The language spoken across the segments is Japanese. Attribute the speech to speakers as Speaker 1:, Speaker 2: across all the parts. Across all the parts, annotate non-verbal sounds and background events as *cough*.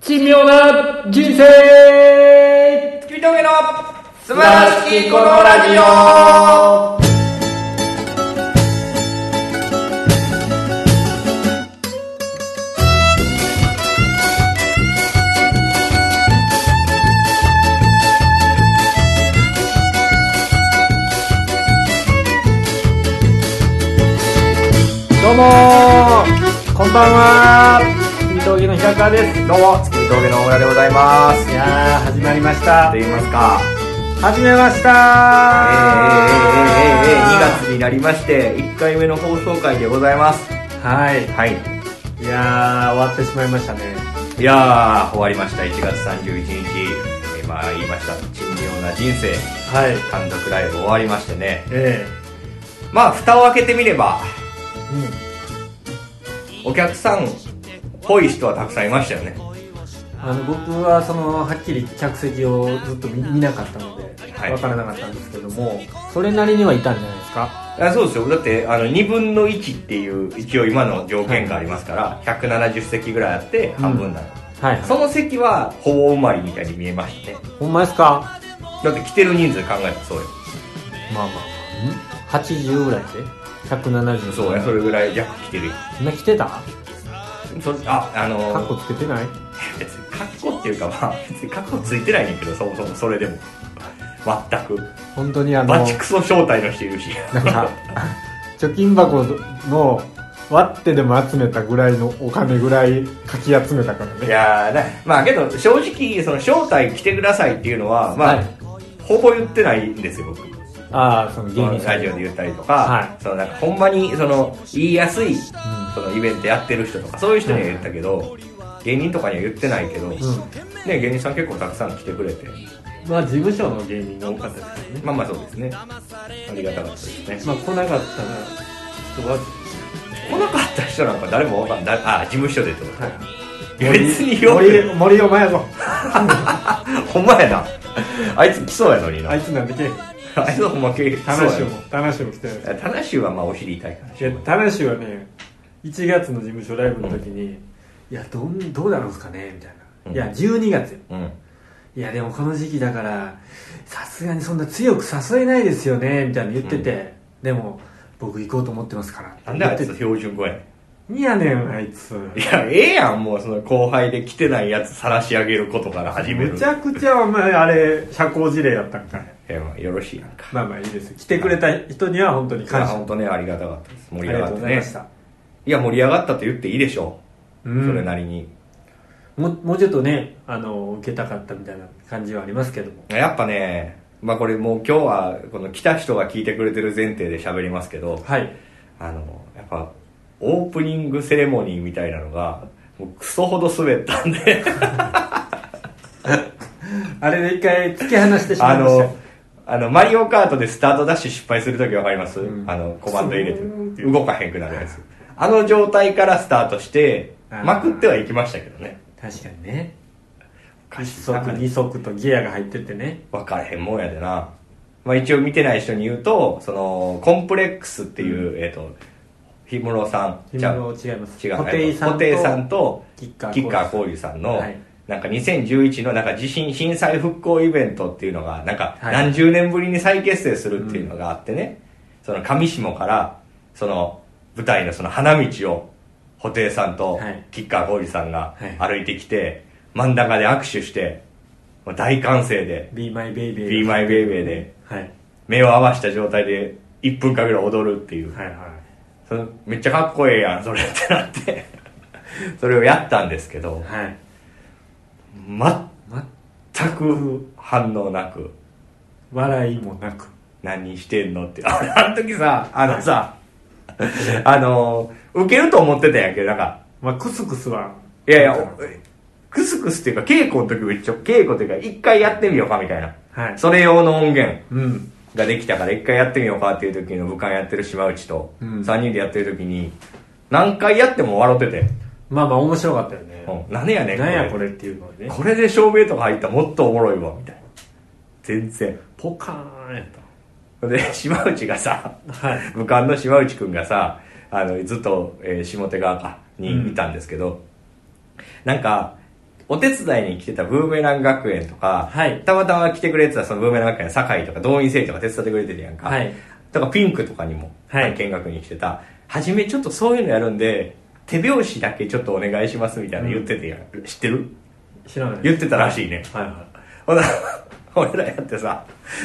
Speaker 1: 奇妙な人生
Speaker 2: 君峠の素晴らしきこのラジオ
Speaker 1: どうもこんばんは君峠の平川です
Speaker 2: どうも、月見峠の大村でございます
Speaker 1: い。やー始まりました
Speaker 2: と言いますか、
Speaker 1: 始めました
Speaker 2: えー、えー、えー、えー、えー、2月
Speaker 1: ー
Speaker 2: になりまして、1回目の放送回でございます。
Speaker 1: は
Speaker 2: はい。
Speaker 1: いいやー終わってしまいましたね
Speaker 2: いやー、終わりました。1月31日。今言いました。珍妙な人生。
Speaker 1: はい
Speaker 2: 単独ライブ終わりましてね。
Speaker 1: え
Speaker 2: まあ、蓋を開けてみれば、
Speaker 1: え
Speaker 2: お客さんっぽい人はたくさんいましたよね。
Speaker 1: あの僕はそのはっきり客席をずっと見見なかったので、
Speaker 2: はい
Speaker 1: 分からなかったんですけどもそれなりにはいたんじゃないですか
Speaker 2: あそうですよだってあの2分の1っていう一応今の条件がありますから170席ぐらいあって半分なの、
Speaker 1: はい、
Speaker 2: その席はほぼ埋まりみたいに見えましたね
Speaker 1: ほんまですか
Speaker 2: だって来てる人数考えたらそうよ
Speaker 1: まあまあまあ80ぐらいで170
Speaker 2: そうやそれぐらい弱来てるよ
Speaker 1: みんな来てた
Speaker 2: そああの
Speaker 1: カッコつけてない
Speaker 2: 別にカッコっていうかまあ別にカッコついてないねんけどそもそもそれでも全く
Speaker 1: 本当にあの
Speaker 2: バチクソ招待の人いるし
Speaker 1: なんか貯金箱の割ってでも集めたぐらいのお金ぐらいかき集めたから
Speaker 2: い
Speaker 1: ね
Speaker 2: やーだまあけど正直その招待来てくださいっていうのはまあ、
Speaker 1: はい
Speaker 2: ほぼ言ってないんですよ僕
Speaker 1: ああその芸人さ
Speaker 2: ラ
Speaker 1: ん
Speaker 2: ジオで言ったりとか、
Speaker 1: は
Speaker 2: そのなんかほんまにその言いやすいそのイベントやってる人とかそういう人には言ったけど、芸人とかには言ってないけど、ね、芸人さん結構たくさん来てくれて
Speaker 1: まあ事務所の芸人が多かったですけどね
Speaker 2: まあまあそうですねありがたかったですね、
Speaker 1: まあ来なかったら人は
Speaker 2: 来なかった人なんか誰もわかんないあ事務所でってこと、
Speaker 1: はい
Speaker 2: いや別によ
Speaker 1: 森森山やぞ
Speaker 2: ほんまやなあいつ来そうやのにな
Speaker 1: あ
Speaker 2: あい
Speaker 1: いつなんでけえへん
Speaker 2: つほんまけ
Speaker 1: 田
Speaker 2: そう
Speaker 1: 無
Speaker 2: や
Speaker 1: も田無も来てない
Speaker 2: な田無はまあお尻痛いから
Speaker 1: いや田無はね1月の事務所ライブの時に、いやどんどうなるんですかねみたいな、
Speaker 2: うん
Speaker 1: いや12月よ
Speaker 2: うん
Speaker 1: いやでもこの時期だからさすがにそんな強く誘えないですよねみたいなの言ってて、でも僕行こうと思ってますから
Speaker 2: なんであい
Speaker 1: 言っ
Speaker 2: つ
Speaker 1: て
Speaker 2: 標準語やねん
Speaker 1: いやねんあいつ
Speaker 2: いや、ええやん、もう、その後輩で来てないやつ晒し上げることから始める。
Speaker 1: むちゃくちゃお前あれ社交辞令やったんかい
Speaker 2: いや、まあ、よろしいやんか。
Speaker 1: まあまあいいですよ来てくれた人には本当に
Speaker 2: いや
Speaker 1: 感謝
Speaker 2: 本当ね、ありがたかったです。盛
Speaker 1: あ
Speaker 2: り
Speaker 1: り
Speaker 2: 上
Speaker 1: が
Speaker 2: が
Speaker 1: とう
Speaker 2: っ
Speaker 1: ござ
Speaker 2: て
Speaker 1: い
Speaker 2: ね
Speaker 1: まし。た、
Speaker 2: いや、盛り上がったと言っていいでしょ
Speaker 1: う
Speaker 2: う。それ
Speaker 1: ん
Speaker 2: なりに。
Speaker 1: もうもうちょっとねあの受けたかったみたいな感じはありますけども
Speaker 2: やっぱね、まあこれもう今日は、この来た人が聞いてくれてる前提で喋りますけど、
Speaker 1: はい
Speaker 2: あの、やっぱ、オープニングセレモニーみたいなのが、もうクソほど滑ったんで、
Speaker 1: あれで一回突き放 *laughs* してしま
Speaker 2: あ
Speaker 1: いましたよ
Speaker 2: の、あの、マリオカートでスタートダッシュ失敗するときわかります、
Speaker 1: うん
Speaker 2: あの、コマンド入れ
Speaker 1: スーンって
Speaker 2: て、動かへんくなるやつ。あの状態からスタートして、
Speaker 1: あー
Speaker 2: まくってはいきましたけどね。
Speaker 1: 確かにね
Speaker 2: おか
Speaker 1: 1
Speaker 2: しいな
Speaker 1: 足2足とギアが入っててね
Speaker 2: 分からへんもんやでな。まあ一応見てない人に言うと、その、コンプレックスっていう、えっ、と、氷室さん、
Speaker 1: 今の違います
Speaker 2: 違う、
Speaker 1: 布袋さんと
Speaker 2: 布袋さんと、
Speaker 1: キッカー
Speaker 2: 吉川浩司さんの、
Speaker 1: はい
Speaker 2: なんか2011のなんか地震震災復興イベントっていうのがなんか
Speaker 1: はい
Speaker 2: 何十年ぶりに再結成するっていうのがあってね、その上下からその舞台のその花道を布袋さんと
Speaker 1: はい
Speaker 2: 吉川浩司さんが
Speaker 1: は
Speaker 2: 歩いてきて、真ん中で握手してもう大歓声で
Speaker 1: Be My
Speaker 2: 「
Speaker 1: Baby
Speaker 2: b e m y b a b y で
Speaker 1: はい
Speaker 2: 目を合わした状態で1分間ぐらい踊るっていう、
Speaker 1: はいはい
Speaker 2: そのめっちゃかっこええやんそれってなって *laughs* それをやったんですけど、
Speaker 1: はいま
Speaker 2: 全く反応なく
Speaker 1: 笑いもなく
Speaker 2: 何してんのって *laughs* あれあの時さあのさ *laughs* あの受けると思ってたんやけどなんか
Speaker 1: まあクスクスはい
Speaker 2: やいやおクスクスっていうか稽古の時も一応稽古というか一回やってみようかみたいな、
Speaker 1: はい
Speaker 2: それ用の音源
Speaker 1: うん
Speaker 2: ができたから一回やってみようかっていう時の武漢やってる島内と
Speaker 1: うん
Speaker 2: 3人でやってる時に何回やっても笑ってて、
Speaker 1: まあまあ面白かったよね
Speaker 2: うん、何やねん
Speaker 1: なんやこれっていうのはね
Speaker 2: これで照明とか入ったらもっとおもろいわみたいな全然
Speaker 1: ポカーンやった
Speaker 2: で *laughs* 島内がさ、
Speaker 1: はい
Speaker 2: 武漢の島内くんがさあのずっと、えー下手側かにいたんですけど、なんかお手伝いに来てたブーメラン学園とか、
Speaker 1: はい
Speaker 2: たまたま来てくれてたそのブーメラン学園の酒井とか動員生とか手伝ってくれてるやんか、
Speaker 1: はい
Speaker 2: だからピンクとかにも、
Speaker 1: はい
Speaker 2: 見学に来てた初めちょっとそういうのやるんで手拍子だけちょっとお願いしますみたいなの言っててやん、知ってる
Speaker 1: 知らない
Speaker 2: 言ってたらしいね
Speaker 1: はいは
Speaker 2: ほな、 *laughs* 俺らやってさ、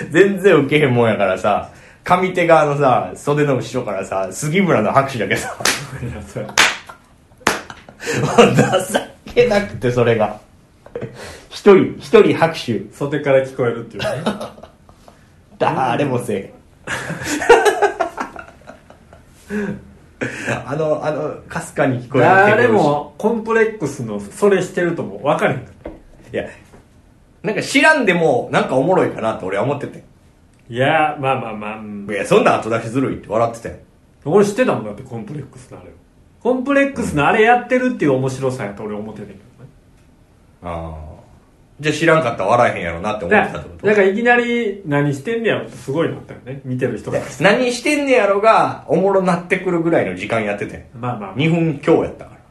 Speaker 2: 全然受けへんもんやからさ、上手側のさ、袖の後ろからさ、杉村の拍手だけさ、
Speaker 1: いいやそれ
Speaker 2: 情けなくてそれが。一人、一人拍手、
Speaker 1: 袖から聞こえるっていうね
Speaker 2: *laughs* 誰もせえへ *laughs* ん。あの、あの、かすかに聞こえる
Speaker 1: 誰もコンプレックスのそれしてるとも分かれへんから
Speaker 2: 手拍子。いや、なんか知らんでも、なんかおもろいかなって俺は思ってて。
Speaker 1: いやまあまあまあ、うん
Speaker 2: いや、そんな後出しずるいって笑ってたよ。
Speaker 1: 俺知ってたもんだってコンプレックスのあれをコンプレックスのあれやってるっていう面白さやと俺思ってたけどね
Speaker 2: ああ。じゃあ知らんかったら笑えへんやろなって思っ
Speaker 1: だ
Speaker 2: てたってこと
Speaker 1: だからいきなり何してんねやろってすごいなったよね見てる人が
Speaker 2: 何してんねやろがおもろなってくるぐらいの時間やってて
Speaker 1: まあまあ
Speaker 2: 2分強やったから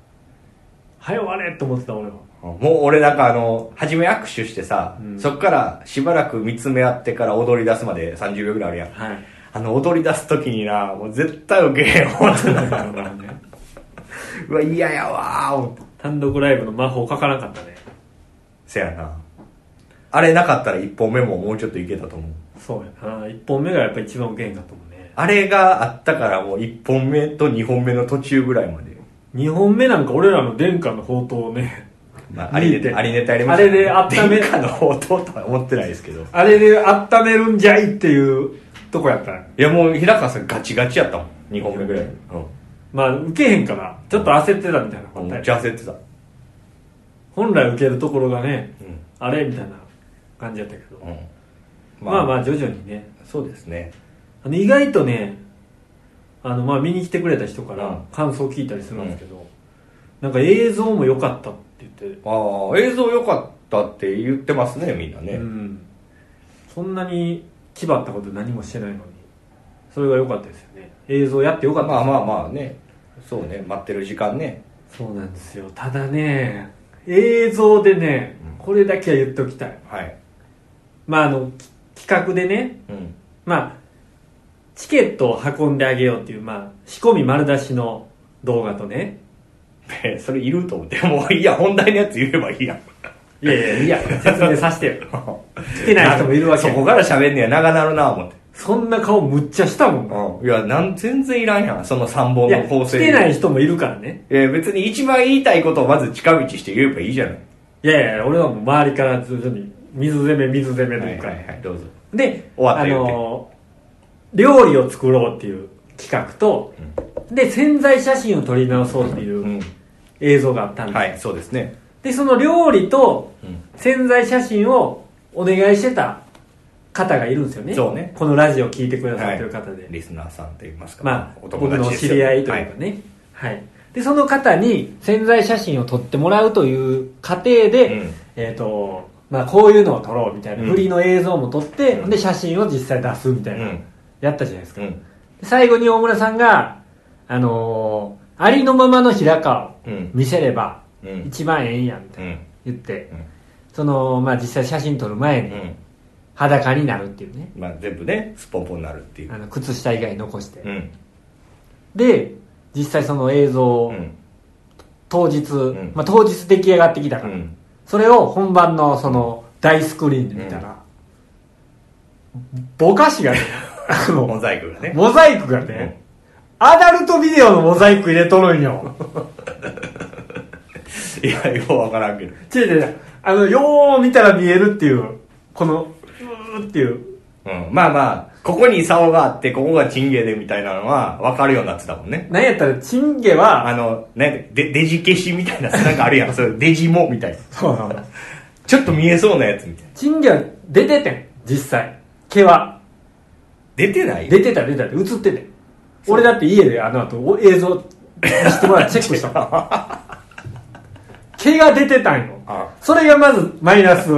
Speaker 1: 早終われって思ってた俺は
Speaker 2: もう俺なんかあの初め握手してさ、そっからしばらく見つめ合ってから踊り出すまで30秒ぐらいあるやん、
Speaker 1: はい
Speaker 2: あの踊り出す時になもう絶対ウケへん *laughs* 思ってたからうわ嫌やわー思って
Speaker 1: 単独ライブの魔法かからなかったね
Speaker 2: せやなあれなかったら1本目ももうちょっといけたと思う
Speaker 1: そうやな1本目がやっぱ一番受けへんかったもんね
Speaker 2: あれがあったからもう1本目と2本目の途中ぐらいまで、
Speaker 1: 2本目なんか俺らの殿下の宝刀をね *laughs*
Speaker 2: まあ、ありネタありネタやりま
Speaker 1: あ
Speaker 2: した
Speaker 1: れで温め
Speaker 2: 殿下の宝刀とは思ってないですけど
Speaker 1: あれで温めるんじゃいっていうとこやった
Speaker 2: いやもう平川さんガチガチやったもん2本目ぐらい
Speaker 1: まあ受けへんからちょっと焦ってたみたいな
Speaker 2: う
Speaker 1: こ
Speaker 2: ん
Speaker 1: と
Speaker 2: め
Speaker 1: や
Speaker 2: っちゃ焦ってた、
Speaker 1: 本来受けるところがね
Speaker 2: うん
Speaker 1: あれみたいな感じやったけど
Speaker 2: うん
Speaker 1: まあまあ徐々にね
Speaker 2: そうですね
Speaker 1: あの意外とねあのまあ見に来てくれた人か
Speaker 2: う
Speaker 1: ら
Speaker 2: ん
Speaker 1: 感想を聞いたりするんですけど、なんか映像も良かったって言って、
Speaker 2: ああ映像良かったって言ってますねみんなね、
Speaker 1: うん、そんなに気張ったこと何もしてないのにそれが良かったですよね映像やって良かっ
Speaker 2: ま
Speaker 1: たです
Speaker 2: あまあまあねそうね待ってる時間ね
Speaker 1: そうなんですよただね映像でねこれだけは言っておきたい
Speaker 2: はい
Speaker 1: まああのき企画でね
Speaker 2: うん
Speaker 1: まあチケットを運んであげようっていう、まあ、仕込み丸出しの動画とね
Speaker 2: えそれいると思って *laughs* もういいや本題のやつ言えばいいやん
Speaker 1: いやいやいや説明させてよ来てない人もいるわけ
Speaker 2: そこから喋んねや長なるな思って
Speaker 1: そんな顔むっちゃしたもん
Speaker 2: うんいやなん全然いらんやんその3本
Speaker 1: いや
Speaker 2: の構
Speaker 1: 来
Speaker 2: 成
Speaker 1: てない人もいるからね
Speaker 2: いや別に一番言いたいことをまず近道して言えばいいじゃない
Speaker 1: いやいや俺はもう周りから徐々に水攻め水攻めというか、
Speaker 2: いどうぞ
Speaker 1: で
Speaker 2: 終わった
Speaker 1: あ
Speaker 2: よって
Speaker 1: のー料理を作ろうっていう企画と、で潜在写真を撮り直そうっていううん映像があったんです、
Speaker 2: はい、そうですね。
Speaker 1: でその料理と
Speaker 2: うん
Speaker 1: 潜在写真をお願いしてた方がいるんですよね
Speaker 2: そうね
Speaker 1: このラジオを聞いてくださってる方で、
Speaker 2: リスナーさんと言いますか、
Speaker 1: まあ、
Speaker 2: お
Speaker 1: 僕
Speaker 2: 友
Speaker 1: の
Speaker 2: 達
Speaker 1: お
Speaker 2: です
Speaker 1: 知
Speaker 2: よ
Speaker 1: り合いというかね、はいでその方に潜在写真を撮ってもらうという過程で、
Speaker 2: うん
Speaker 1: えっとまあ、こういうのを撮ろうみたいな、
Speaker 2: うん
Speaker 1: 振りの映像も撮って、
Speaker 2: うん
Speaker 1: で写真を実際出すみたいな、
Speaker 2: うん
Speaker 1: やったじゃないですか、
Speaker 2: はい
Speaker 1: で最後に大村さんが、あのーありのままの平川を
Speaker 2: うん。
Speaker 1: 見せれば
Speaker 2: うん。うん。
Speaker 1: 一番ええんやみた
Speaker 2: う。
Speaker 1: いなん言って、
Speaker 2: うん
Speaker 1: その、まあ、実際写真撮る前
Speaker 2: う
Speaker 1: に
Speaker 2: ん。
Speaker 1: 裸になるっていうね
Speaker 2: まあ、全部ね、スポンポンになるっていう
Speaker 1: あ。の靴下以外残して、
Speaker 2: うん。
Speaker 1: で実際その映像を、
Speaker 2: うん。
Speaker 1: 当日、
Speaker 2: ん
Speaker 1: まあ、当日出来上がってきた
Speaker 2: う
Speaker 1: から、
Speaker 2: ん。
Speaker 1: それを本番のその大スクリーンで見たら、ぼぼかしがねあ
Speaker 2: モ
Speaker 1: の
Speaker 2: ザイクがね。
Speaker 1: モザイクがね、アダルトビデオのモザイク入れとるんよ
Speaker 2: いや、ようわからんけど。
Speaker 1: 違う違う違うあのよう見たら見えるっていうこのうーっていう
Speaker 2: うん。まあまあ、ここに竿があって、ここがチンゲでみたいなのは、わかるようになってたもんね。
Speaker 1: なんやったらチンゲは
Speaker 2: あの、ね、で、デジ消しみたいな、なんかあるやん。それ、デジモみたいな。
Speaker 1: そうなの
Speaker 2: ちょっと見えそうなやつみたいな。
Speaker 1: チンゲは出ててん実際毛は
Speaker 2: 出てない
Speaker 1: 出てた出てた映っててん俺だって家であの後お映像見してもらってチェックしたもん
Speaker 2: *laughs*
Speaker 1: 毛が出てたんよ
Speaker 2: あ
Speaker 1: それがまずマイナス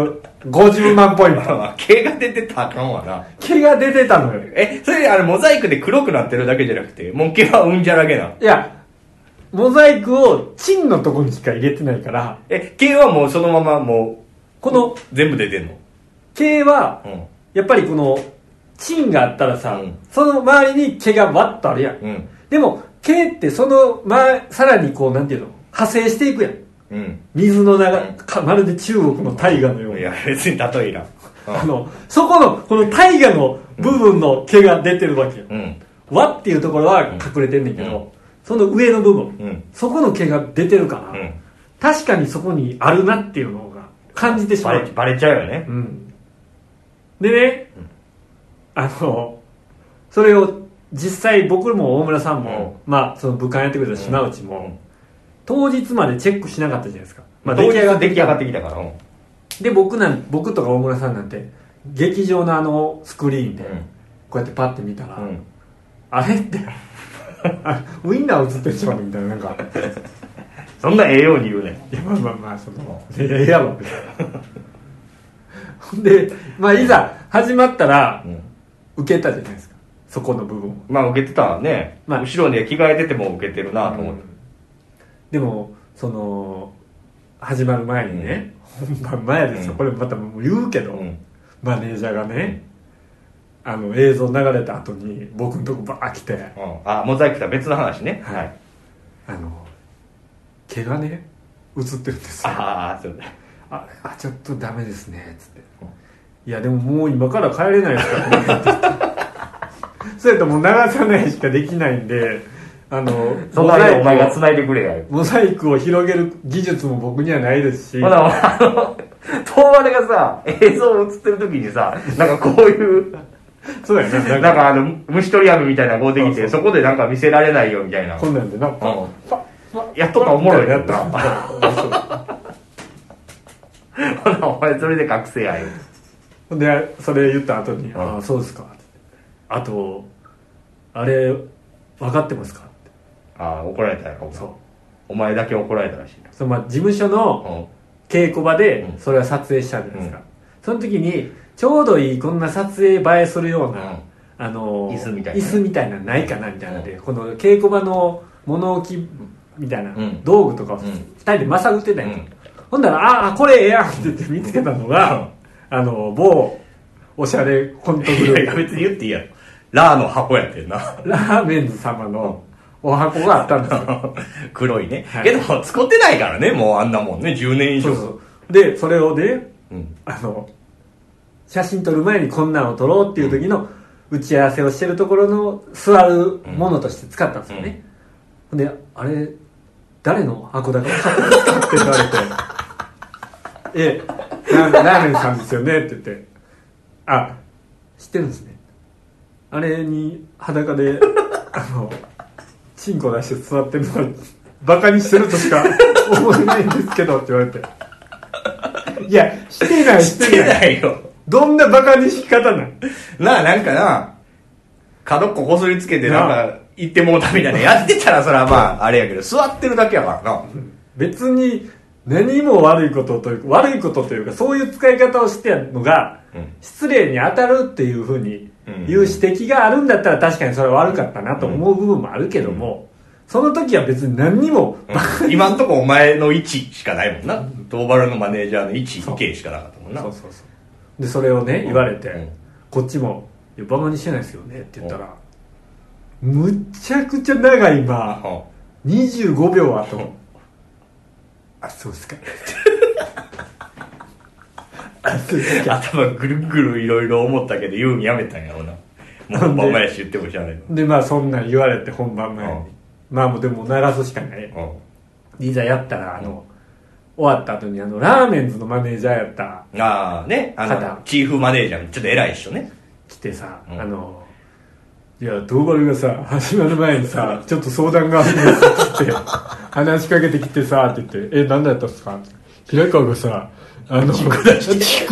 Speaker 1: 50万ポイント
Speaker 2: あ。毛が出てたらあかんわな。
Speaker 1: 毛が出てたのよ
Speaker 2: え、それ、あれ、モザイクで黒くなってるだけじゃなくて、もう毛はうんじゃらけな。
Speaker 1: いやモザイクをチンのとこにしか入れてないから
Speaker 2: え毛はもうそのままもう
Speaker 1: この
Speaker 2: 全部出てんの
Speaker 1: 毛は
Speaker 2: うん
Speaker 1: やっぱりこのチンがあったらさ、
Speaker 2: うん
Speaker 1: その周りに毛がわっとあるやん、
Speaker 2: うん
Speaker 1: でも毛ってその、ま、さらにこうなんていうの派生していくやん
Speaker 2: うん
Speaker 1: 水の流
Speaker 2: うん
Speaker 1: れかまるで中国の大河のよう
Speaker 2: い
Speaker 1: に
Speaker 2: や別に例えいらん
Speaker 1: あのそこのこの大河の部分の毛が出てるわけよ、
Speaker 2: うんうん
Speaker 1: 輪っていうところは隠れてんねんけど、
Speaker 2: うん
Speaker 1: その上の部分、
Speaker 2: うん
Speaker 1: そこの毛が出てるから、
Speaker 2: うん
Speaker 1: 確かにそこにあるなっていうのが感じてし
Speaker 2: バ
Speaker 1: まう
Speaker 2: レバレちゃうよね
Speaker 1: うん、でね、あのそれを実際僕も大村さんも、まあその武漢やってくれた島内も、
Speaker 2: うん
Speaker 1: 当日までチェックしなかったじゃないですか、まあ、
Speaker 2: 当
Speaker 1: 出来上
Speaker 2: 日
Speaker 1: がって
Speaker 2: 出来
Speaker 1: き
Speaker 2: 上が
Speaker 1: た
Speaker 2: ってきたからうん
Speaker 1: で僕なん僕とか大村さんなんて劇場のあのスクリーンで
Speaker 2: う
Speaker 1: こうやってパッて見たら、
Speaker 2: んうん
Speaker 1: あれってあウインナー映ってしまうみたいななんか
Speaker 2: そんなええように言うね
Speaker 1: いやまあまあまあそのいやいやろほんで、まあ、いざ始まったら
Speaker 2: うん
Speaker 1: 受けたじゃないですかそこの部分を
Speaker 2: まあ受けてたね、
Speaker 1: まあ
Speaker 2: 後ろに着替えてても受けてるなと思って、
Speaker 1: でもその始まる前にね、本番前ですよ、
Speaker 2: うん
Speaker 1: これまたもう言うけど、
Speaker 2: うん
Speaker 1: マネージャーがね、あの映像流れた後に僕のとこバー来て
Speaker 2: うんあモザイクとは別の話ね
Speaker 1: はいあの毛がね映ってるんですよ
Speaker 2: ああそうだ
Speaker 1: ああちょっとダメですねつって
Speaker 2: うん
Speaker 1: 「いやでももう今から帰れないですからね」って *laughs* 言ってそれともう流さないしかできないんであの
Speaker 2: そんなにお前
Speaker 1: モザイク
Speaker 2: が
Speaker 1: を
Speaker 2: 繋いでくれやよ
Speaker 1: モザイクを広げる技術も僕にはないですし
Speaker 2: ほな、あの、遠割れがさ、映像映ってる時にさ、なんかこういう、
Speaker 1: そうだよね
Speaker 2: なんかあの、虫取り網みたいなのがこうできて、
Speaker 1: そ
Speaker 2: そこでなんか見せられないよみたいな。
Speaker 1: こんなんでなんか
Speaker 2: うん
Speaker 1: パッパッ
Speaker 2: やっとったらおもろいけどな
Speaker 1: みたいになった
Speaker 2: ほな、お前それで学生やよ。
Speaker 1: ほんでそれ言った後に「
Speaker 2: うん
Speaker 1: ああそうですか」ってあとあれ分かってますか?」って
Speaker 2: ああ、怒られたやろ。
Speaker 1: そう
Speaker 2: お前だけ怒られたらしいな。
Speaker 1: そのまあ事務所の
Speaker 2: うん。
Speaker 1: 稽古場で
Speaker 2: うん
Speaker 1: それは撮影したじゃないですか、
Speaker 2: うん
Speaker 1: その時にちょうどいいこんな撮影映えするような、
Speaker 2: うん
Speaker 1: あのー
Speaker 2: 椅子みたいな
Speaker 1: 椅子みたいなのないかなみたいなので、この稽古場の物置みたいな
Speaker 2: うん
Speaker 1: 道具とかを
Speaker 2: ん
Speaker 1: 2人でまさぐってたやん、
Speaker 2: うん
Speaker 1: ほんなら「ああこれええやん」って言って見つけたのが、あのー某おしゃれコントグ
Speaker 2: いやい
Speaker 1: ル
Speaker 2: や、
Speaker 1: ー
Speaker 2: *laughs* 別に言っていいやろ。ラーの箱やってんな。 *laughs*
Speaker 1: プラーメンズ様のお箱があったんですよ
Speaker 2: 黒いね、
Speaker 1: はい
Speaker 2: けど使ってないからねもうあんなもんね10年以上
Speaker 1: そうそうでそれをね
Speaker 2: うん
Speaker 1: あの写真撮る前にこんなんを撮ろうっていう時の打ち合わせをしてるところの座るものとして使ったんですよね、ほんであれ誰の箱だか分かってますかって言われて「 *laughs* ええララーメンさんですよね」って言って「あ知ってるんですね」あれに裸で
Speaker 2: *laughs*
Speaker 1: あのチンコ出して座ってるのはバカにしてるとしか思えないんですけどって言われていやしてないし
Speaker 2: 知ってて
Speaker 1: ない
Speaker 2: ないよ
Speaker 1: どんなバカにし方なん
Speaker 2: なあなんかな角っここすりつけてなん
Speaker 1: な
Speaker 2: か行ってもうたみたいなやってたらそれはまああれやけど座ってるだけやか
Speaker 1: *laughs*
Speaker 2: らな
Speaker 1: 別に何も悪いことというか悪いことというかそういう使い方をしてるのが
Speaker 2: うん
Speaker 1: 失礼に当たるっていうふうに
Speaker 2: うん
Speaker 1: いう指摘があるんだったら確かにそれは悪かったなと思う部分もあるけどもその時は別に何にも
Speaker 2: うん今んとこお前の位置しかないもんな東原のマネージャーの位置
Speaker 1: そう
Speaker 2: 意見しかなかったもんな
Speaker 1: そうそうそうでそれをね言われ
Speaker 2: うん
Speaker 1: てこっちも「いやバカにしてないですよね」って言ったらむちゃくちゃ長い今
Speaker 2: は
Speaker 1: 25秒後あそうですか *laughs* あそうです
Speaker 2: あ
Speaker 1: か
Speaker 2: 頭ぐるぐるいろいろ思ったけど言うんやめたんやろうなもうお前やし言ってもしゃあない
Speaker 1: でまあそんなん言われて本番前に、
Speaker 2: うん
Speaker 1: まあもうでも鳴らすしかない
Speaker 2: の
Speaker 1: いざやったらあの、終わった後にあのラーメンズのマネージャーやった
Speaker 2: うんああねあ
Speaker 1: 肩
Speaker 2: のチーフマネージャーちょっと偉い人ね *laughs*
Speaker 1: 来てさ、
Speaker 2: うん
Speaker 1: あのいや東丸がさ始まる前にさちょっと相談があるんですって話しかけてきてさって言って「え何だったっすか?」平川がさあのチンコ出して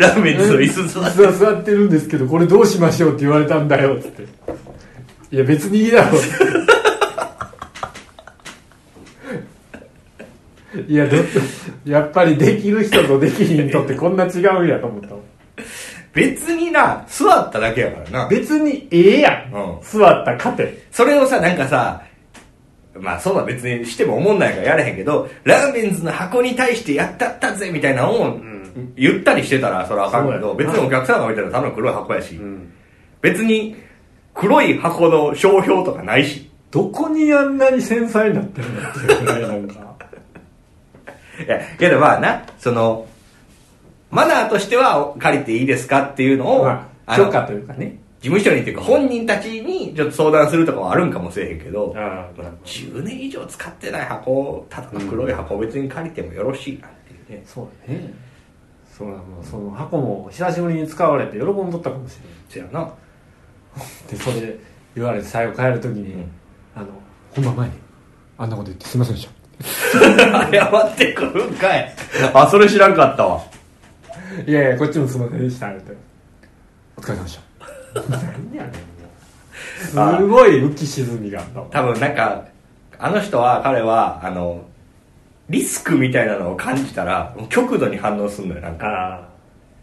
Speaker 2: ラーメンズの椅子座って
Speaker 1: 座座ってるんですけどこれどうしましょうって言われたんだよっつっていや別にいいだろいやどやっぱりできる人とできひん人ってこんな違うんやと思った
Speaker 2: 別にな座っただけやからな
Speaker 1: 別にええやん、
Speaker 2: うん
Speaker 1: 座ったかて
Speaker 2: それをさなんかさまあそんなん別にしても思んないからやれへんけど、ラーメンズの箱に対してやったったぜみたいなのを言ったりしてたらそれはあかんけど、
Speaker 1: そう
Speaker 2: 別
Speaker 1: やな
Speaker 2: にお客さんが見たらただの黒い箱やし、
Speaker 1: ん
Speaker 2: 別に黒い箱の商標とかないし、
Speaker 1: どこにあんなに繊細になってるんだっていうぐらいなんか
Speaker 2: いや、けどまあな、その、マナーとしては借りていいですかっていうのを、
Speaker 1: まあ
Speaker 2: あの
Speaker 1: 許可というかね
Speaker 2: 事務所にっていうか本人たちにちょっと相談するとかはあるんかもしれへんけど、
Speaker 1: *laughs* ああ
Speaker 2: まあ10年以上使ってない箱、ただの黒い箱別に借りてもよろしいなっていうね。
Speaker 1: そうだねそうだもうその箱も久しぶりに使われて喜んどったかもしれ
Speaker 2: そやな。
Speaker 1: ないでそれで言われて最後帰る時に、
Speaker 2: うん
Speaker 1: あの本番前にあんなこと言ってすいませんでした
Speaker 2: 謝ってくるんかい。あ、それ知らんかったわ。
Speaker 1: いやいやこっちもすいませんでしたってお疲れ様でした何やねんもうすごい浮き沈みがあったわ
Speaker 2: 多分なんか、あの人は、彼は、あの、リスクみたいなのを感じたら、もう極度に反応すんのよ、なんか。
Speaker 1: ああ
Speaker 2: こ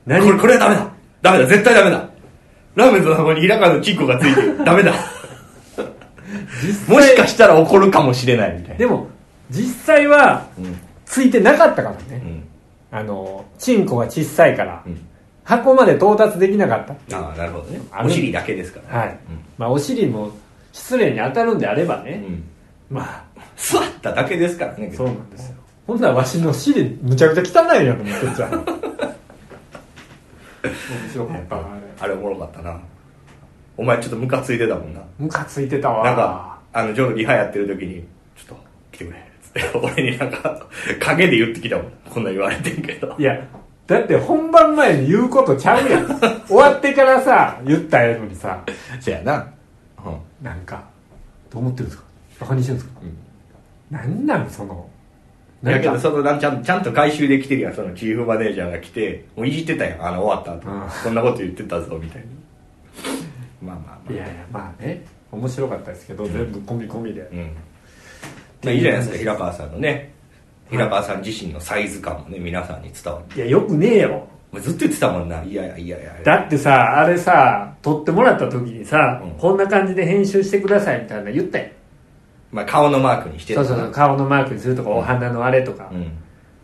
Speaker 1: 何
Speaker 2: れ、これはダメだダメだ絶対ダメだラーメンズの箱に平川のチンコがついて *laughs* る。ダメだもしかしたら怒るかもしれないみたいな。
Speaker 1: でも実際は
Speaker 2: うん。
Speaker 1: ついてなかったから
Speaker 2: う
Speaker 1: ね、
Speaker 2: ん。
Speaker 1: あのチンコが小さいから、
Speaker 2: うん
Speaker 1: 箱まで到達できなかったっていう
Speaker 2: ああ、なるほどね。
Speaker 1: あ
Speaker 2: お
Speaker 1: る
Speaker 2: 尻だけですから。
Speaker 1: はい、まあお尻も失礼に当たるんであれば
Speaker 2: う
Speaker 1: ね、
Speaker 2: ん。
Speaker 1: ま
Speaker 2: 座っただけですからね
Speaker 1: あ。そうなんですよほんならわしの尻むちゃくちゃ汚いやと思ってじゃあ面白かったわあれ
Speaker 2: あれおもろかったな。お前ちょっとムカついてたもんな。
Speaker 1: ムカついてたわ
Speaker 2: なんか、あの、ジョーのリハやってる時に、ちょっと来てくれ。つって *laughs* 俺になんか、陰で言ってきたもん。こんなん言われてんけど。
Speaker 1: いやだって本番前に言うことちゃうやん
Speaker 2: *laughs*
Speaker 1: 終わってからさ言ったやのにさ
Speaker 2: そやな。うん。
Speaker 1: なんかどう思ってるんですかバカにしてるんですか、
Speaker 2: うん
Speaker 1: なんなんその
Speaker 2: だけ
Speaker 1: か
Speaker 2: ど、そのなんちゃん、ちゃんと回収できてるやん、そのチーフマネージャーが来て、もういじってたやん、あの、終わった後。
Speaker 1: うん
Speaker 2: こんなこと言ってたぞ、みたいな。まあま
Speaker 1: い
Speaker 2: あまあ。
Speaker 1: やいやまあね面白かったですけど、全部込み込みで、
Speaker 2: うん。まあいいじゃないですか、平川さんのね。平川さん自身のサイズ感もね、皆さんに伝わる。
Speaker 1: いやよくねえよ
Speaker 2: もうずっと言ってたもんな、いやいやいやいや。
Speaker 1: だってさあれさ撮ってもらった時にさ、
Speaker 2: うん
Speaker 1: こんな感じで編集してくださいみたいなの言ったよ
Speaker 2: まあ顔のマークにして
Speaker 1: そ
Speaker 2: た
Speaker 1: うそうそう顔のマークにするとか、
Speaker 2: うん
Speaker 1: お花のあれとか、
Speaker 2: うん。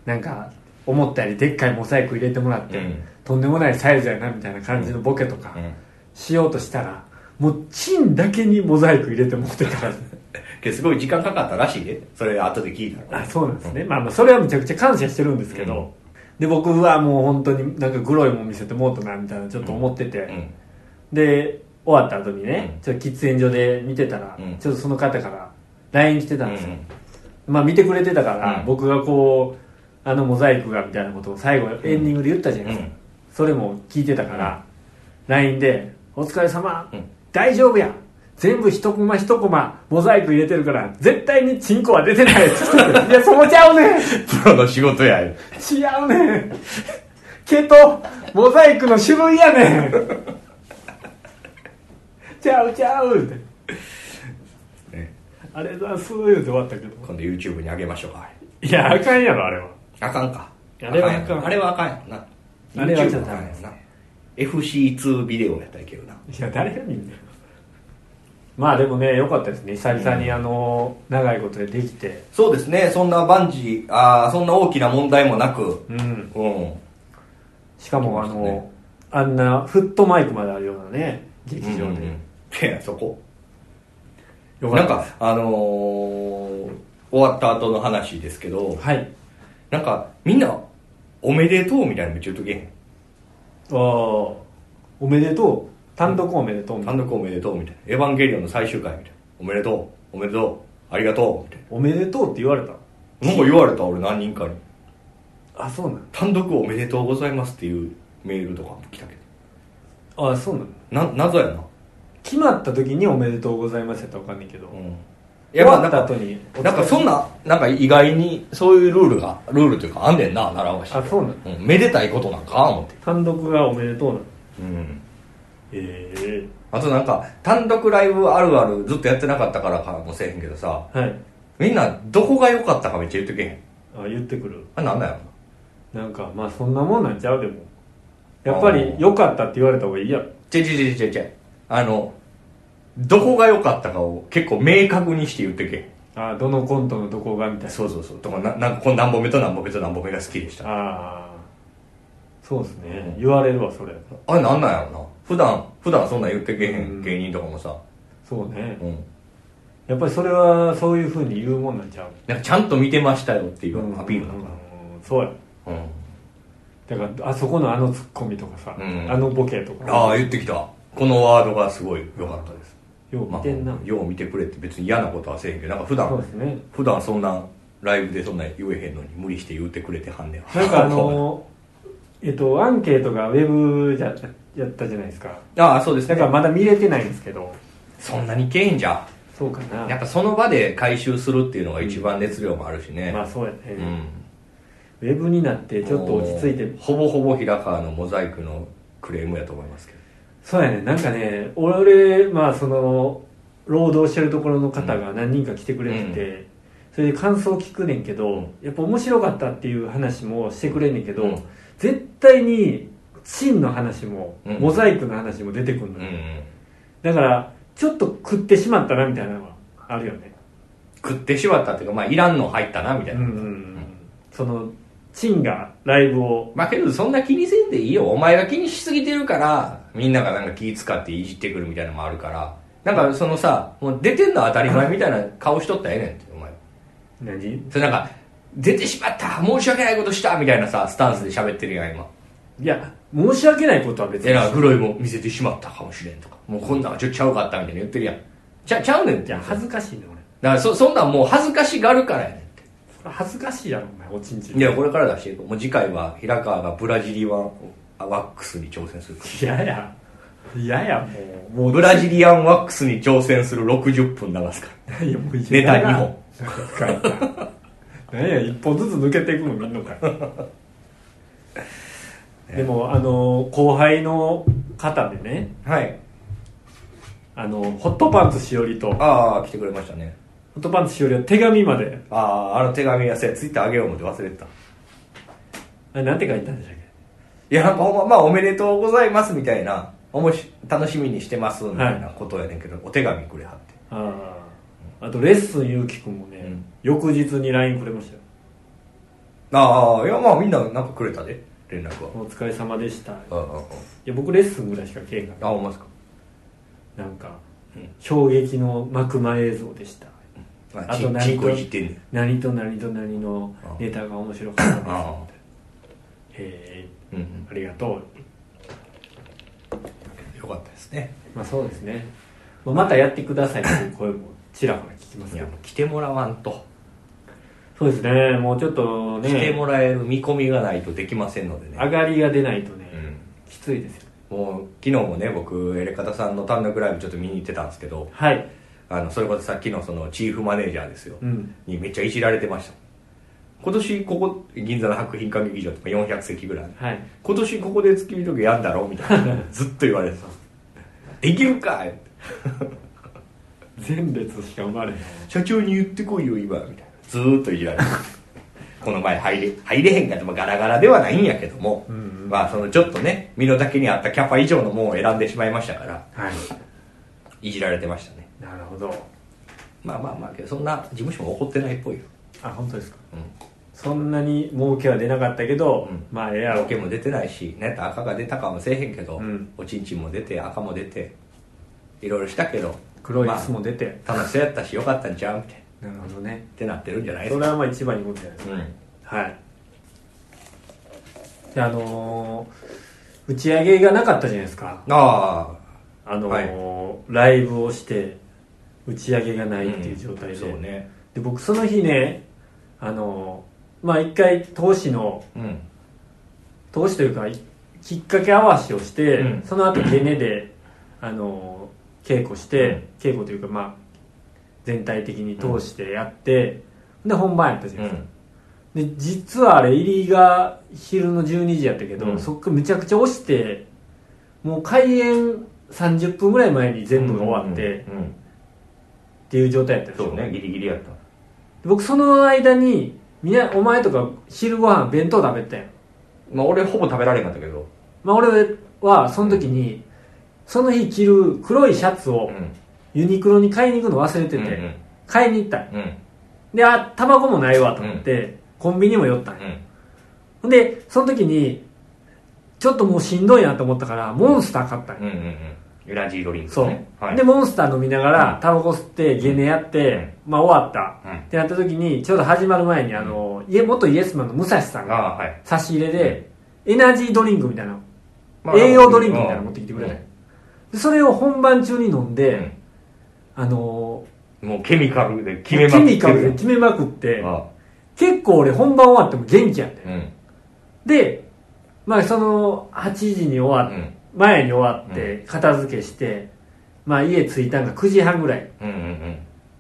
Speaker 1: なんか思ったよりでっかいモザイク入れてもらって、
Speaker 2: うん
Speaker 1: とんでもないサイズやなみたいな感じのボケとか
Speaker 2: うん。
Speaker 1: しようとしたら、もうチンだけにモザイク入れてもってから
Speaker 2: けどすごい時間かかったらしいで。それ後で聞いたら。
Speaker 1: あそうなんですね、まあまあそれはめちゃくちゃ感謝してるんですけど、で僕はもう本当になんかグロいもん見せてもうとなみたいなちょっと思ってて、
Speaker 2: うん。
Speaker 1: で終わった後にね、
Speaker 2: うん
Speaker 1: ちょっと喫煙所で見てたら、
Speaker 2: うん
Speaker 1: ちょっとその方から LINE 来てたんですよ、
Speaker 2: うん
Speaker 1: まあ見てくれてたから、
Speaker 2: うん
Speaker 1: 僕がこうあのモザイクがみたいなことを最後エンディングで言ったじゃないですか、
Speaker 2: うん
Speaker 1: それも聞いてたから、LINE で「お疲れ様、
Speaker 2: うん
Speaker 1: 大丈夫や全部一コマ一コマモザイク入れてるから絶対にチンコは出てない」って *laughs* 言ってていやそうちゃうねん
Speaker 2: プロの仕事や。
Speaker 1: 違うねん毛とモザイクの種類やねんちゃうちゃうって
Speaker 2: *laughs* ね
Speaker 1: あれだすーって終わったけど
Speaker 2: 今度 YouTube にあげましょうか。
Speaker 1: いやあかんやろあれは
Speaker 2: あかんか。
Speaker 1: あれはあかん
Speaker 2: やろあれはあかんやろな。
Speaker 1: あれはちょ
Speaker 2: YouTube
Speaker 1: っと
Speaker 2: は
Speaker 1: ダメ
Speaker 2: あかんや
Speaker 1: で
Speaker 2: ろ
Speaker 1: す
Speaker 2: な。FC2 ビデオやったらいけるな。
Speaker 1: いや誰が見んねんまあでもね良かったですね久々にあの長いことでできて
Speaker 2: そうですね、そんなバンジー、あーそんな大きな問題もなく、
Speaker 1: うん
Speaker 2: うん。
Speaker 1: しかもあ
Speaker 2: そうです
Speaker 1: のあんなフットマイクまであるようなね劇
Speaker 2: うん
Speaker 1: 場で
Speaker 2: いや、そこ。
Speaker 1: よ
Speaker 2: なん
Speaker 1: った
Speaker 2: か、あのー終わった後の話ですけど、
Speaker 1: はい
Speaker 2: なんか、みんな、おめでとうみたいなのめっちゃ言うとけ
Speaker 1: ああおめでとう単独おめでとう
Speaker 2: へ
Speaker 1: み
Speaker 2: ん。
Speaker 1: たい
Speaker 2: 単
Speaker 1: な
Speaker 2: 独おめでとうみたいな。エヴァンゲリオンの最終回みたいな。おめでとう、おめでとう、ありがとう、みたい
Speaker 1: おめでとうって言われた
Speaker 2: な。なんか言われた、俺何人かに。
Speaker 1: あそうなの
Speaker 2: 単独おめでとうございますっていうメールとかも来たけ
Speaker 1: あそうなの
Speaker 2: ど。な、謎やな。
Speaker 1: 決まった時に「おめでとうございます」やったら分かんないけど、
Speaker 2: うん。い
Speaker 1: 終
Speaker 2: や、まあ、
Speaker 1: わ
Speaker 2: なん
Speaker 1: った
Speaker 2: か
Speaker 1: 後、にお疲れ
Speaker 2: なんかそんな、なんか意外にそういうルールが、ルールというかあんねんな、習わし。
Speaker 1: あそうなの
Speaker 2: うん、めでたいことなんか、思って。
Speaker 1: 単独がおめでとうなの
Speaker 2: うん。
Speaker 1: ええ
Speaker 2: あとなんか、単独ライブあるあるずっとやってなかったからかもせえへんけどさ、
Speaker 1: はい
Speaker 2: みんなどこが良かったかめっちゃ言ってけへん。
Speaker 1: あ言ってくる
Speaker 2: あれなんだよ。
Speaker 1: なんかまあそんなもんなんちゃうでもやっぱり良かったって言われた方がいいやろ
Speaker 2: ちょいちょいちょいちょいちょいあの、どこが良かったかを結構明確にして言ってけへん。
Speaker 1: あーどのコントのどこがみたいな
Speaker 2: そうそうそうとかななんかこの何本目と何本目と何本目が好きでした
Speaker 1: ああそうですね、
Speaker 2: うん
Speaker 1: 言われるわそれ
Speaker 2: あれなんなんやろな普段普段そんなん言ってけへ
Speaker 1: うん
Speaker 2: ん芸人とかもさ
Speaker 1: そうね、
Speaker 2: うん
Speaker 1: やっぱりそれはそういうふうに言うもんなんちゃう
Speaker 2: なんかちゃんと見てましたよっていう
Speaker 1: うん
Speaker 2: アピールなのか
Speaker 1: うんそうや
Speaker 2: なうん
Speaker 1: だからあそこのあのツッコミとかさ、
Speaker 2: うん
Speaker 1: あのボケとか
Speaker 2: ああ言ってきたこのワードがすごい良かったです
Speaker 1: よう見てんな、
Speaker 2: まあよう見てくれって別に嫌なことはせえへんけどなんか普
Speaker 1: そう
Speaker 2: 段
Speaker 1: です
Speaker 2: *laughs*
Speaker 1: ね
Speaker 2: 普段そんなライブでそんな言えへんのに無理して言うてくれてはんねん
Speaker 1: なんかあのえっとアンケートがウェブじゃやったじゃないですか
Speaker 2: ああそうです
Speaker 1: だ
Speaker 2: ね
Speaker 1: からまだ見れてないんですけど
Speaker 2: そんなにけえんじゃ
Speaker 1: そうかな
Speaker 2: やっぱその場で回収するっていうのが一番熱量もあるしね、
Speaker 1: まあそうやね、
Speaker 2: うん
Speaker 1: ウェブになってちょっと落ち着いて
Speaker 2: もうほぼほぼ平川のモザイクのクレームやと思いますけど
Speaker 1: そうやねなんかね俺まあその労働してるところの方が何人か来てくれてて、それで感想聞くねんけど、
Speaker 2: うん
Speaker 1: やっぱ面白かったっていう話もしてくれんねんけど、
Speaker 2: うん
Speaker 1: 絶対に真の話も、
Speaker 2: うん
Speaker 1: モザイクの話も出てくるの
Speaker 2: うんう
Speaker 1: よ、
Speaker 2: ん
Speaker 1: だからちょっと食ってしまったなみたいなのはあるよね
Speaker 2: 食ってしまったっていうかまあいらんの入ったなみた
Speaker 1: う
Speaker 2: い
Speaker 1: ん
Speaker 2: な、
Speaker 1: うんうん、その真がライブを
Speaker 2: まあけどそんな気にせんでいいよお前が気にしすぎてるからみんながなんか気使っていじってくるみたいなのもあるからなんかそのさもう出てんのは当たり前みたいな顔しとったらええねんってお前
Speaker 1: 何
Speaker 2: それなんか出てしまった申し訳ないことしたみたいなさスタンスで喋ってるやん今
Speaker 1: いや申し訳ないことは別
Speaker 2: え
Speaker 1: に
Speaker 2: らい黒いもん見せてしまったかもしれんとかもうこんなんはちょっとちゃうかったみたいな言ってるやんちゃちゃうねんって
Speaker 1: いや恥ずかしいね俺
Speaker 2: だからそそんなんもう恥ずかしがるからやねんって
Speaker 1: 恥ずかしいやろお前おちんちん
Speaker 2: いやこれから出していこうもう次回は平川がブラジリアンワックスに挑戦する
Speaker 1: 嫌や嫌やもうもう
Speaker 2: ブラジリアンワックスに挑戦する60分流すから
Speaker 1: いやもう
Speaker 2: ネタ二本
Speaker 1: 本何や一本ずつ抜けていくのみんのかいでもあの後輩の方でね
Speaker 2: はい
Speaker 1: あのホットパンツしおりとホ
Speaker 2: ああ来てくれましたね
Speaker 1: ットパンツしおりは手紙まで
Speaker 2: あああの手紙はせツイッターあげよう思って忘れてたい
Speaker 1: あれなんて書いたんでしたっ
Speaker 2: やなんかほんま、まあ、おめでとうございますみたいなおもし楽しみにしてますみたいなことやねんけど、お手紙くれはっ
Speaker 1: け
Speaker 2: て
Speaker 1: あああとレッスンゆうきくんもね、
Speaker 2: うん
Speaker 1: 翌日に LINE くれましたよ
Speaker 2: ああいやまあみんななんかくれたで連絡は
Speaker 1: 「お疲れ様でした」い
Speaker 2: あああ
Speaker 1: や僕レッスンぐらいしか経えへんかっ
Speaker 2: ああほんまですか
Speaker 1: たなんか
Speaker 2: うん
Speaker 1: 衝撃の幕間映像でしたあ
Speaker 2: あ
Speaker 1: と
Speaker 2: と
Speaker 1: 何
Speaker 2: 何
Speaker 1: 個
Speaker 2: 個いじってんねん
Speaker 1: 何と何と何のネタが面白かったです
Speaker 2: ああ
Speaker 1: へ
Speaker 2: うんうん
Speaker 1: えありがとう、
Speaker 2: よかったですね
Speaker 1: まあ、そうですね、まあ、またやってくださいという声もちらほら聞きます
Speaker 2: い
Speaker 1: け
Speaker 2: や
Speaker 1: ど
Speaker 2: もう来てもらわんと
Speaker 1: そうですねもうちょっと
Speaker 2: 来て
Speaker 1: ね
Speaker 2: もらえる見込みがないとできませんので
Speaker 1: 上
Speaker 2: ね
Speaker 1: がりが出ないとね、
Speaker 2: うん
Speaker 1: きついですよ
Speaker 2: もう昨日もね僕エレカタさんの単独ライブちょっと見に行ってたんですけど
Speaker 1: はい
Speaker 2: あのそれこそさっきのそのチーフマネージャーですよ、
Speaker 1: うん
Speaker 2: にめっちゃいじられてました今年ここ銀座の博品館劇場とか400席ぐらい
Speaker 1: はい
Speaker 2: 今年ここで月見時やんだろみ
Speaker 1: *laughs*
Speaker 2: たいなずっと言われてたできるかい
Speaker 1: 前列しか生まれへん
Speaker 2: 社長に言ってこいよ今みたいなずーっといじられてたこの前入れ入れへんかって、まあ、ガラガラではないんやけども、
Speaker 1: うんうん
Speaker 2: まあそのちょっとね身の丈に合ったキャパ以上のものを選んでしまいましたから
Speaker 1: はい
Speaker 2: いじられてましたね
Speaker 1: なるほど
Speaker 2: まあまあまあけどそんな事務所も怒ってないっぽいよ
Speaker 1: あ本当ですか
Speaker 2: うん
Speaker 1: そんなに儲けは出なかったけど、
Speaker 2: うん
Speaker 1: まあええ
Speaker 2: カ
Speaker 1: や
Speaker 2: ラ
Speaker 1: ろ
Speaker 2: オケも出てないしネタ赤が出たかもせえへんけど、
Speaker 1: うん
Speaker 2: おちんちんも出て赤も出ていろいろしたけど
Speaker 1: 黒いスも出て、
Speaker 2: まあ楽しそうやったしよかったんちゃうみたいなっ
Speaker 1: なるほどね
Speaker 2: てなってるんじゃないで
Speaker 1: そ
Speaker 2: す
Speaker 1: れ
Speaker 2: か
Speaker 1: はまあ一番いいことじゃないですか
Speaker 2: うん
Speaker 1: はいであのー打ち上げがなかったじゃないですか
Speaker 2: あ
Speaker 1: あのーライブをして打ち上げがな
Speaker 2: あ
Speaker 1: いっていう状態で、
Speaker 2: んそうね
Speaker 1: で僕その日ねあのーまあ一回投資の
Speaker 2: うん
Speaker 1: 投資というかいきっかけ合わしをして、
Speaker 2: うん
Speaker 1: その後ゲネであのー稽古して、稽古というかまあ全体的に通してやって、で本番やったじゃ
Speaker 2: う
Speaker 1: ないですか、
Speaker 2: ん
Speaker 1: で実はあれ入りが昼の12時やったけど、
Speaker 2: うん
Speaker 1: そっからめちゃくちゃ押してもう開演30分ぐらい前に全部が終わってっ
Speaker 2: うんうんうん
Speaker 1: ていう状態やったんです
Speaker 2: そ
Speaker 1: よ
Speaker 2: うねギリギリやった
Speaker 1: で僕その間にみなお前とか昼ご飯弁当食べてたやん、
Speaker 2: まあ俺ほぼ食べられへんかったけど
Speaker 1: まあ、俺はその時にその日着る黒いシャツを
Speaker 2: ん
Speaker 1: ユニクロに買いに行くの忘れてて、
Speaker 2: うん
Speaker 1: 買いに行ったんよ
Speaker 2: うん
Speaker 1: であタバコもないわと思って、コンビニも寄ったんよ
Speaker 2: うん
Speaker 1: ほんでその時にちょっともうしんどいなと思ったからモンスター買ったんよ、
Speaker 2: うんうんうんエナジードリンク
Speaker 1: そう、
Speaker 2: ねはい
Speaker 1: でモンスター飲みながらタバコ吸ってゲネやって、まあ終わった、
Speaker 2: うん
Speaker 1: ってなった時にちょうど始まる前にあの、家元イエスマンの武蔵さん
Speaker 2: あ
Speaker 1: が
Speaker 2: あはい
Speaker 1: 差し入れで、エナジードリンクみたいなの、
Speaker 2: まあ
Speaker 1: 栄養ドリンクみたいなの持ってきてくれたんよ、でそれを本番中に飲んで、
Speaker 2: うん
Speaker 1: あの
Speaker 2: うんもうケミカルで決
Speaker 1: ーケ
Speaker 2: めまくってる
Speaker 1: ミカルで決めまくって
Speaker 2: あ
Speaker 1: 結構俺本番終わっても元気やったよ
Speaker 2: あうん
Speaker 1: でまあその8時に終わっ
Speaker 2: うん
Speaker 1: 前に終わって片付けして、まあ家着いたんが9時半ぐらい
Speaker 2: うんうん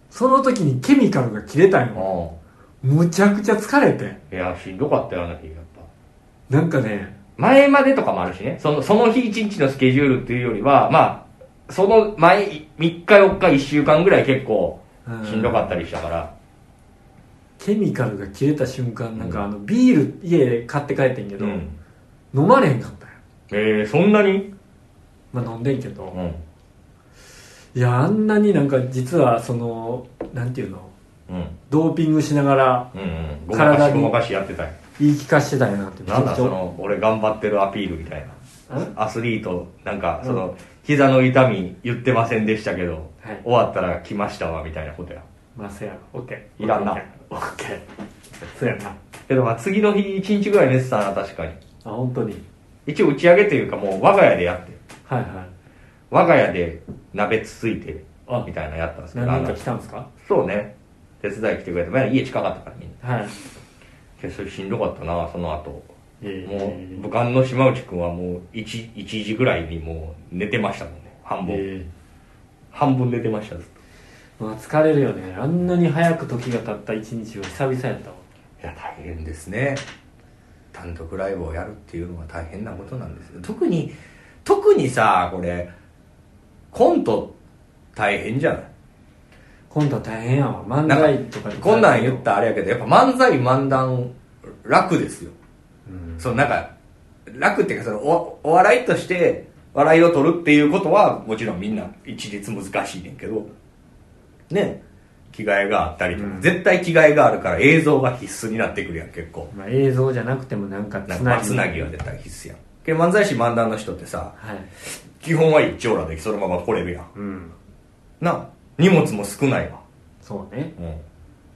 Speaker 1: その時にケミカルが切れたん
Speaker 2: うん
Speaker 1: よ
Speaker 2: あ
Speaker 1: むちゃくちゃ疲れて
Speaker 2: あいやしんどかったよあの日やっぱ
Speaker 1: なんかね
Speaker 2: 前までとかもあるしねそのその日一日のスケジュールっていうよりはまあその前3日4日1週間ぐらい結構
Speaker 1: うん
Speaker 2: しんどかったりしたから
Speaker 1: ケミカルが切れた瞬間なんかあのビール家で買って帰ってんけど、
Speaker 2: うん
Speaker 1: 飲まれへんかったんよ
Speaker 2: えー、そんなに
Speaker 1: まあ飲んでんけ
Speaker 2: う
Speaker 1: ど
Speaker 2: ん
Speaker 1: いやあんなになんか実はそのなんていうの
Speaker 2: うん
Speaker 1: ドーピングしながら
Speaker 2: うんうんごまか
Speaker 1: 体
Speaker 2: し
Speaker 1: に
Speaker 2: ごまかしやってたよ
Speaker 1: 言い聞かしてたよなってめち
Speaker 2: な
Speaker 1: ゃ
Speaker 2: ん
Speaker 1: く
Speaker 2: だ
Speaker 1: ち
Speaker 2: そ
Speaker 1: ゃ
Speaker 2: の俺頑張ってるアピールみたい
Speaker 1: ん
Speaker 2: なアスリートなんかその膝の痛み言ってませんでしたけど、
Speaker 1: はい
Speaker 2: 終わったら来ましたわみたいなことや
Speaker 1: まあせやろ OK
Speaker 2: いらんな
Speaker 1: OK そうやなあ
Speaker 2: けどまあ次の日1日ぐらい寝てたな確かに
Speaker 1: 本当に
Speaker 2: 一応打ち上げというかもう我が家でやって
Speaker 1: はいはい
Speaker 2: 我が家で鍋つついて
Speaker 1: あ
Speaker 2: みたいなのやったんですけどあ
Speaker 1: 何人
Speaker 2: の
Speaker 1: か来たんですか
Speaker 2: そうね手伝い来てくれて、まあ、家近かったからみんな
Speaker 1: はい
Speaker 2: けどそれしんどかったなその後
Speaker 1: え
Speaker 2: もう武漢の島内君はもう 1, 1時ぐらいにもう寝てましたもんね半分、
Speaker 1: え
Speaker 2: 半分寝てましたずっと
Speaker 1: ーまあ疲れるよねあんなに早く時が経った一日は久々やったわ
Speaker 2: いや大変ですね単独ライブをやるっていうのは大変なことなんですよ特に特にさこれコント大変じゃない
Speaker 1: 今度は大変やわ漫
Speaker 2: なん
Speaker 1: 才とかで
Speaker 2: かこんなん言ったらあれやけどやっぱ漫才漫談楽ですよ
Speaker 1: うん
Speaker 2: そのなんか楽っていうかそのおお笑いとして笑いを取るっていうことはもちろんみんな一律難しいねんけどね着替えがあったりとか、
Speaker 1: うん
Speaker 2: 絶対着替えがあるから映像が必須になってくるやん結構
Speaker 1: まあ映像じゃなくてもなんか
Speaker 2: なん
Speaker 1: つ
Speaker 2: か
Speaker 1: な
Speaker 2: まあ
Speaker 1: ぎ
Speaker 2: つなぎは絶対必須やんけど漫才師漫談の人ってさ
Speaker 1: はい
Speaker 2: 基本は一丁羅でそのまま来れるやん
Speaker 1: うん
Speaker 2: な荷物も少ないわ
Speaker 1: そうね
Speaker 2: うん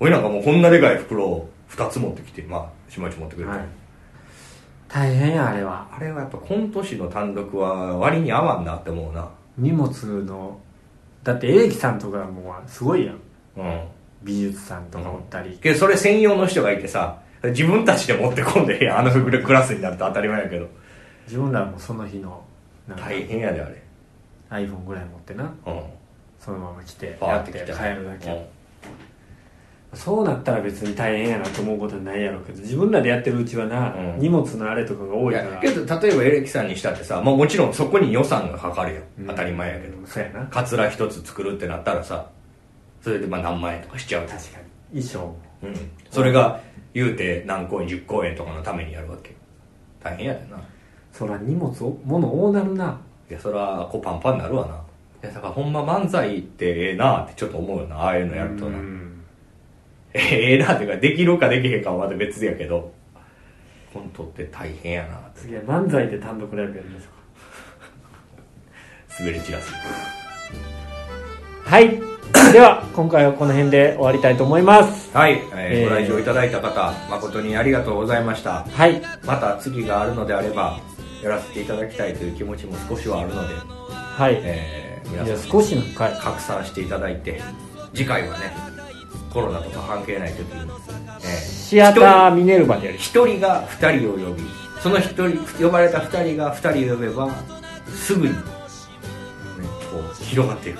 Speaker 2: 俺なんかもうこんなでかい袋を2つ持ってきてまあ島一持ってくれた、
Speaker 1: はい大変やあれは
Speaker 2: あれはやっぱコント師の単独は割に合わんなって思うな
Speaker 1: 荷物のだって英樹さんとかもうすごいやん
Speaker 2: うん
Speaker 1: 美術さんとかおったり、
Speaker 2: けどそれ専用の人がいてさ自分たちで持ってこんでええやんあの服でクラスになると当たり前やけど
Speaker 1: 自分らもその日のなんか
Speaker 2: 大変やであれ
Speaker 1: iPhone ぐらい持ってな
Speaker 2: うん
Speaker 1: そのまま来て
Speaker 2: バ
Speaker 1: やっ
Speaker 2: ーってて
Speaker 1: 帰
Speaker 2: き
Speaker 1: る
Speaker 2: た
Speaker 1: だけ、
Speaker 2: うん
Speaker 1: そうなったら別に大変やなと思うことはないやろうけど自分らでやってるうちはな、
Speaker 2: うん
Speaker 1: 荷物のあれとかが多い
Speaker 2: い
Speaker 1: か
Speaker 2: や
Speaker 1: ら
Speaker 2: けど例えばエレキさんにしたってさ、まあ、もちろんそこに予算がかかるよ
Speaker 1: うん
Speaker 2: 当たり前やけど
Speaker 1: そうやな
Speaker 2: カツラ一つ作るってなったらさそれでまあ何万円とかしちゃう、
Speaker 1: 確かに衣装も
Speaker 2: うん、それが言うて何公演10公演とかのためにやるわけ大変やでない
Speaker 1: そら荷物を物多なるな
Speaker 2: やそらこうパンパンになるわないやだからほんま漫才ってええなってちょっと思うよなああいうのやるとな
Speaker 1: うん
Speaker 2: ええなっていうかできるかできへんかはまた別やけどコントって大変やなって
Speaker 1: 次は漫才で単独ライブやりましょう
Speaker 2: 滑り散らす
Speaker 1: かはい *coughs* では今回はこの辺で終わりたいと思います
Speaker 2: はい、
Speaker 1: え
Speaker 2: えー
Speaker 1: ー
Speaker 2: ご来場いただいた方誠にありがとうございました
Speaker 1: はい
Speaker 2: また次があるのであればやらせていただきたいという気持ちも少しはあるので、
Speaker 1: はい、
Speaker 2: えー
Speaker 1: い
Speaker 2: 皆
Speaker 1: や
Speaker 2: さん
Speaker 1: 少しの回
Speaker 2: 拡散していただいて次回はねコロナとか関係ない時に、えー
Speaker 1: シアターミネルヴァでやり
Speaker 2: 一人が二人を呼びその一人呼ばれた二人が二人を呼べばすぐに、ね、こう広がっていく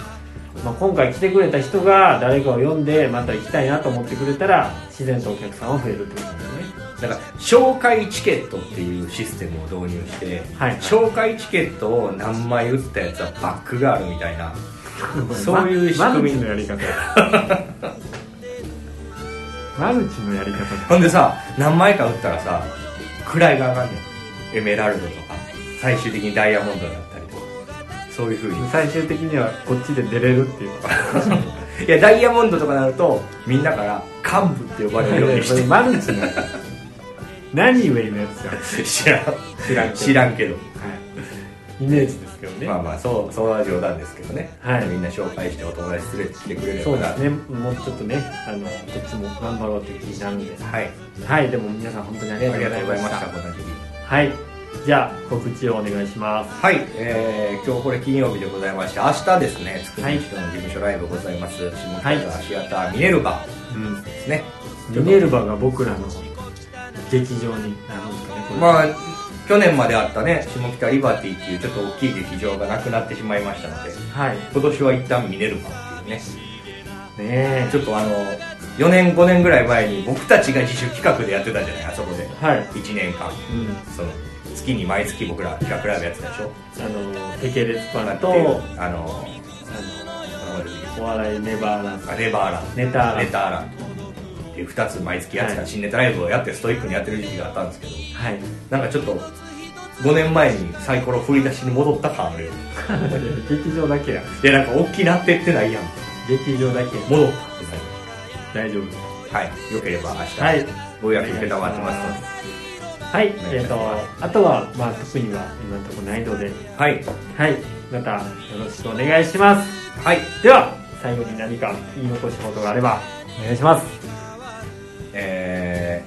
Speaker 1: まあ、今回来てくれた人が誰かを呼んでまた行きたいなと思ってくれたら自然とお客さんは増えるってことですね
Speaker 2: だから紹介チケットっていうシステムを導入して、
Speaker 1: はい
Speaker 2: 紹介チケットを何枚売ったやつはバックがあるみたいなそういう仕
Speaker 1: ま
Speaker 2: 組み
Speaker 1: マルチのやり方やマルチのやり方
Speaker 2: ほんでさ何枚か売ったらさ位が上がんねんエメラルドとか最終的にダイヤモンドになったりとかそういうふう
Speaker 1: *laughs*
Speaker 2: に
Speaker 1: 最終的にはこっちで出れるっていう
Speaker 2: いやダイヤモンドとかなるとみんなから幹部って呼ばれるように
Speaker 1: そ
Speaker 2: し
Speaker 1: れ
Speaker 2: て
Speaker 1: マルチな何上のやつか、は
Speaker 2: 知ら
Speaker 1: 知ら
Speaker 2: ん
Speaker 1: んけど
Speaker 2: 知らんけど
Speaker 1: い、イメージですけどね、
Speaker 2: まあまあそうそうは冗談ですけどね、
Speaker 1: はい
Speaker 2: みんな紹介してお友達連れてきてくれれば
Speaker 1: そうで
Speaker 2: な
Speaker 1: すねもうちょっとねあのこっちも頑張ろうという気になるんで
Speaker 2: はい
Speaker 1: はいでも皆さん本当にありが
Speaker 2: あり
Speaker 1: と
Speaker 2: が
Speaker 1: うござい
Speaker 2: とうご
Speaker 1: ま
Speaker 2: ざい
Speaker 1: し
Speaker 2: ま
Speaker 1: た
Speaker 2: したこの時期
Speaker 1: はいじゃあ告知をお願いします
Speaker 2: はい、えー今日これ金曜日でございまして明日ですねつくば
Speaker 1: はい
Speaker 2: 市の事務所ライブございます下
Speaker 1: はい
Speaker 2: 北沢シアターミネルバ
Speaker 1: うん
Speaker 2: ですね、
Speaker 1: ミネルヴァが僕らの劇場になるんですかねこれ
Speaker 2: まあ去年まであったね下北リバティっていうちょっと大きい劇場がなくなってしまいましたので
Speaker 1: はいね
Speaker 2: 今年は一旦ミネルバっていうね
Speaker 1: え
Speaker 2: ちょっとあの4年5年ぐらい前に僕たちが自主企画でやってたじゃないあそこで
Speaker 1: はい
Speaker 2: 1年間
Speaker 1: うん
Speaker 2: その月に毎月僕ら企画ライブやってたでしょ
Speaker 1: あのテケレスパンと
Speaker 2: あの
Speaker 1: あのお笑いネバーランド
Speaker 2: あネバーランド
Speaker 1: ネタ
Speaker 2: ネタアランっていう2つ毎月やってた、
Speaker 1: はい
Speaker 2: 新ネタライブをやってストイックにやってる時期があったんですけど
Speaker 1: はい
Speaker 2: なんかちょっと5年前にサイコロ振り出しに戻った感あるよ
Speaker 1: *laughs* 劇場だけや
Speaker 2: でなんか大きなってってないやん
Speaker 1: 劇場だけや
Speaker 2: 戻ったって
Speaker 1: 大丈夫
Speaker 2: なるはいよければ明日、
Speaker 1: はい
Speaker 2: ご予約受けたまってますので
Speaker 1: はい
Speaker 2: お願い
Speaker 1: えっ、
Speaker 2: します
Speaker 1: とあとはまあ特には今のところないので
Speaker 2: はい
Speaker 1: はいまたよろしくお願いします
Speaker 2: はい
Speaker 1: では最後に何か言い残したことがあればお願いします
Speaker 2: え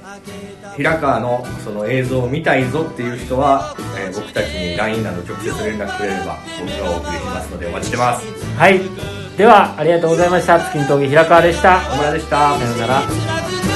Speaker 2: ー、平川のその映像を見たいぞっていう人は、えー僕たちに LINE など直接連絡くれれば僕がお送りしますのでお待ちしてます
Speaker 1: はいではありがとうございました月見峠平川でした
Speaker 2: 小村でした
Speaker 1: さようなら
Speaker 3: 「ずらずら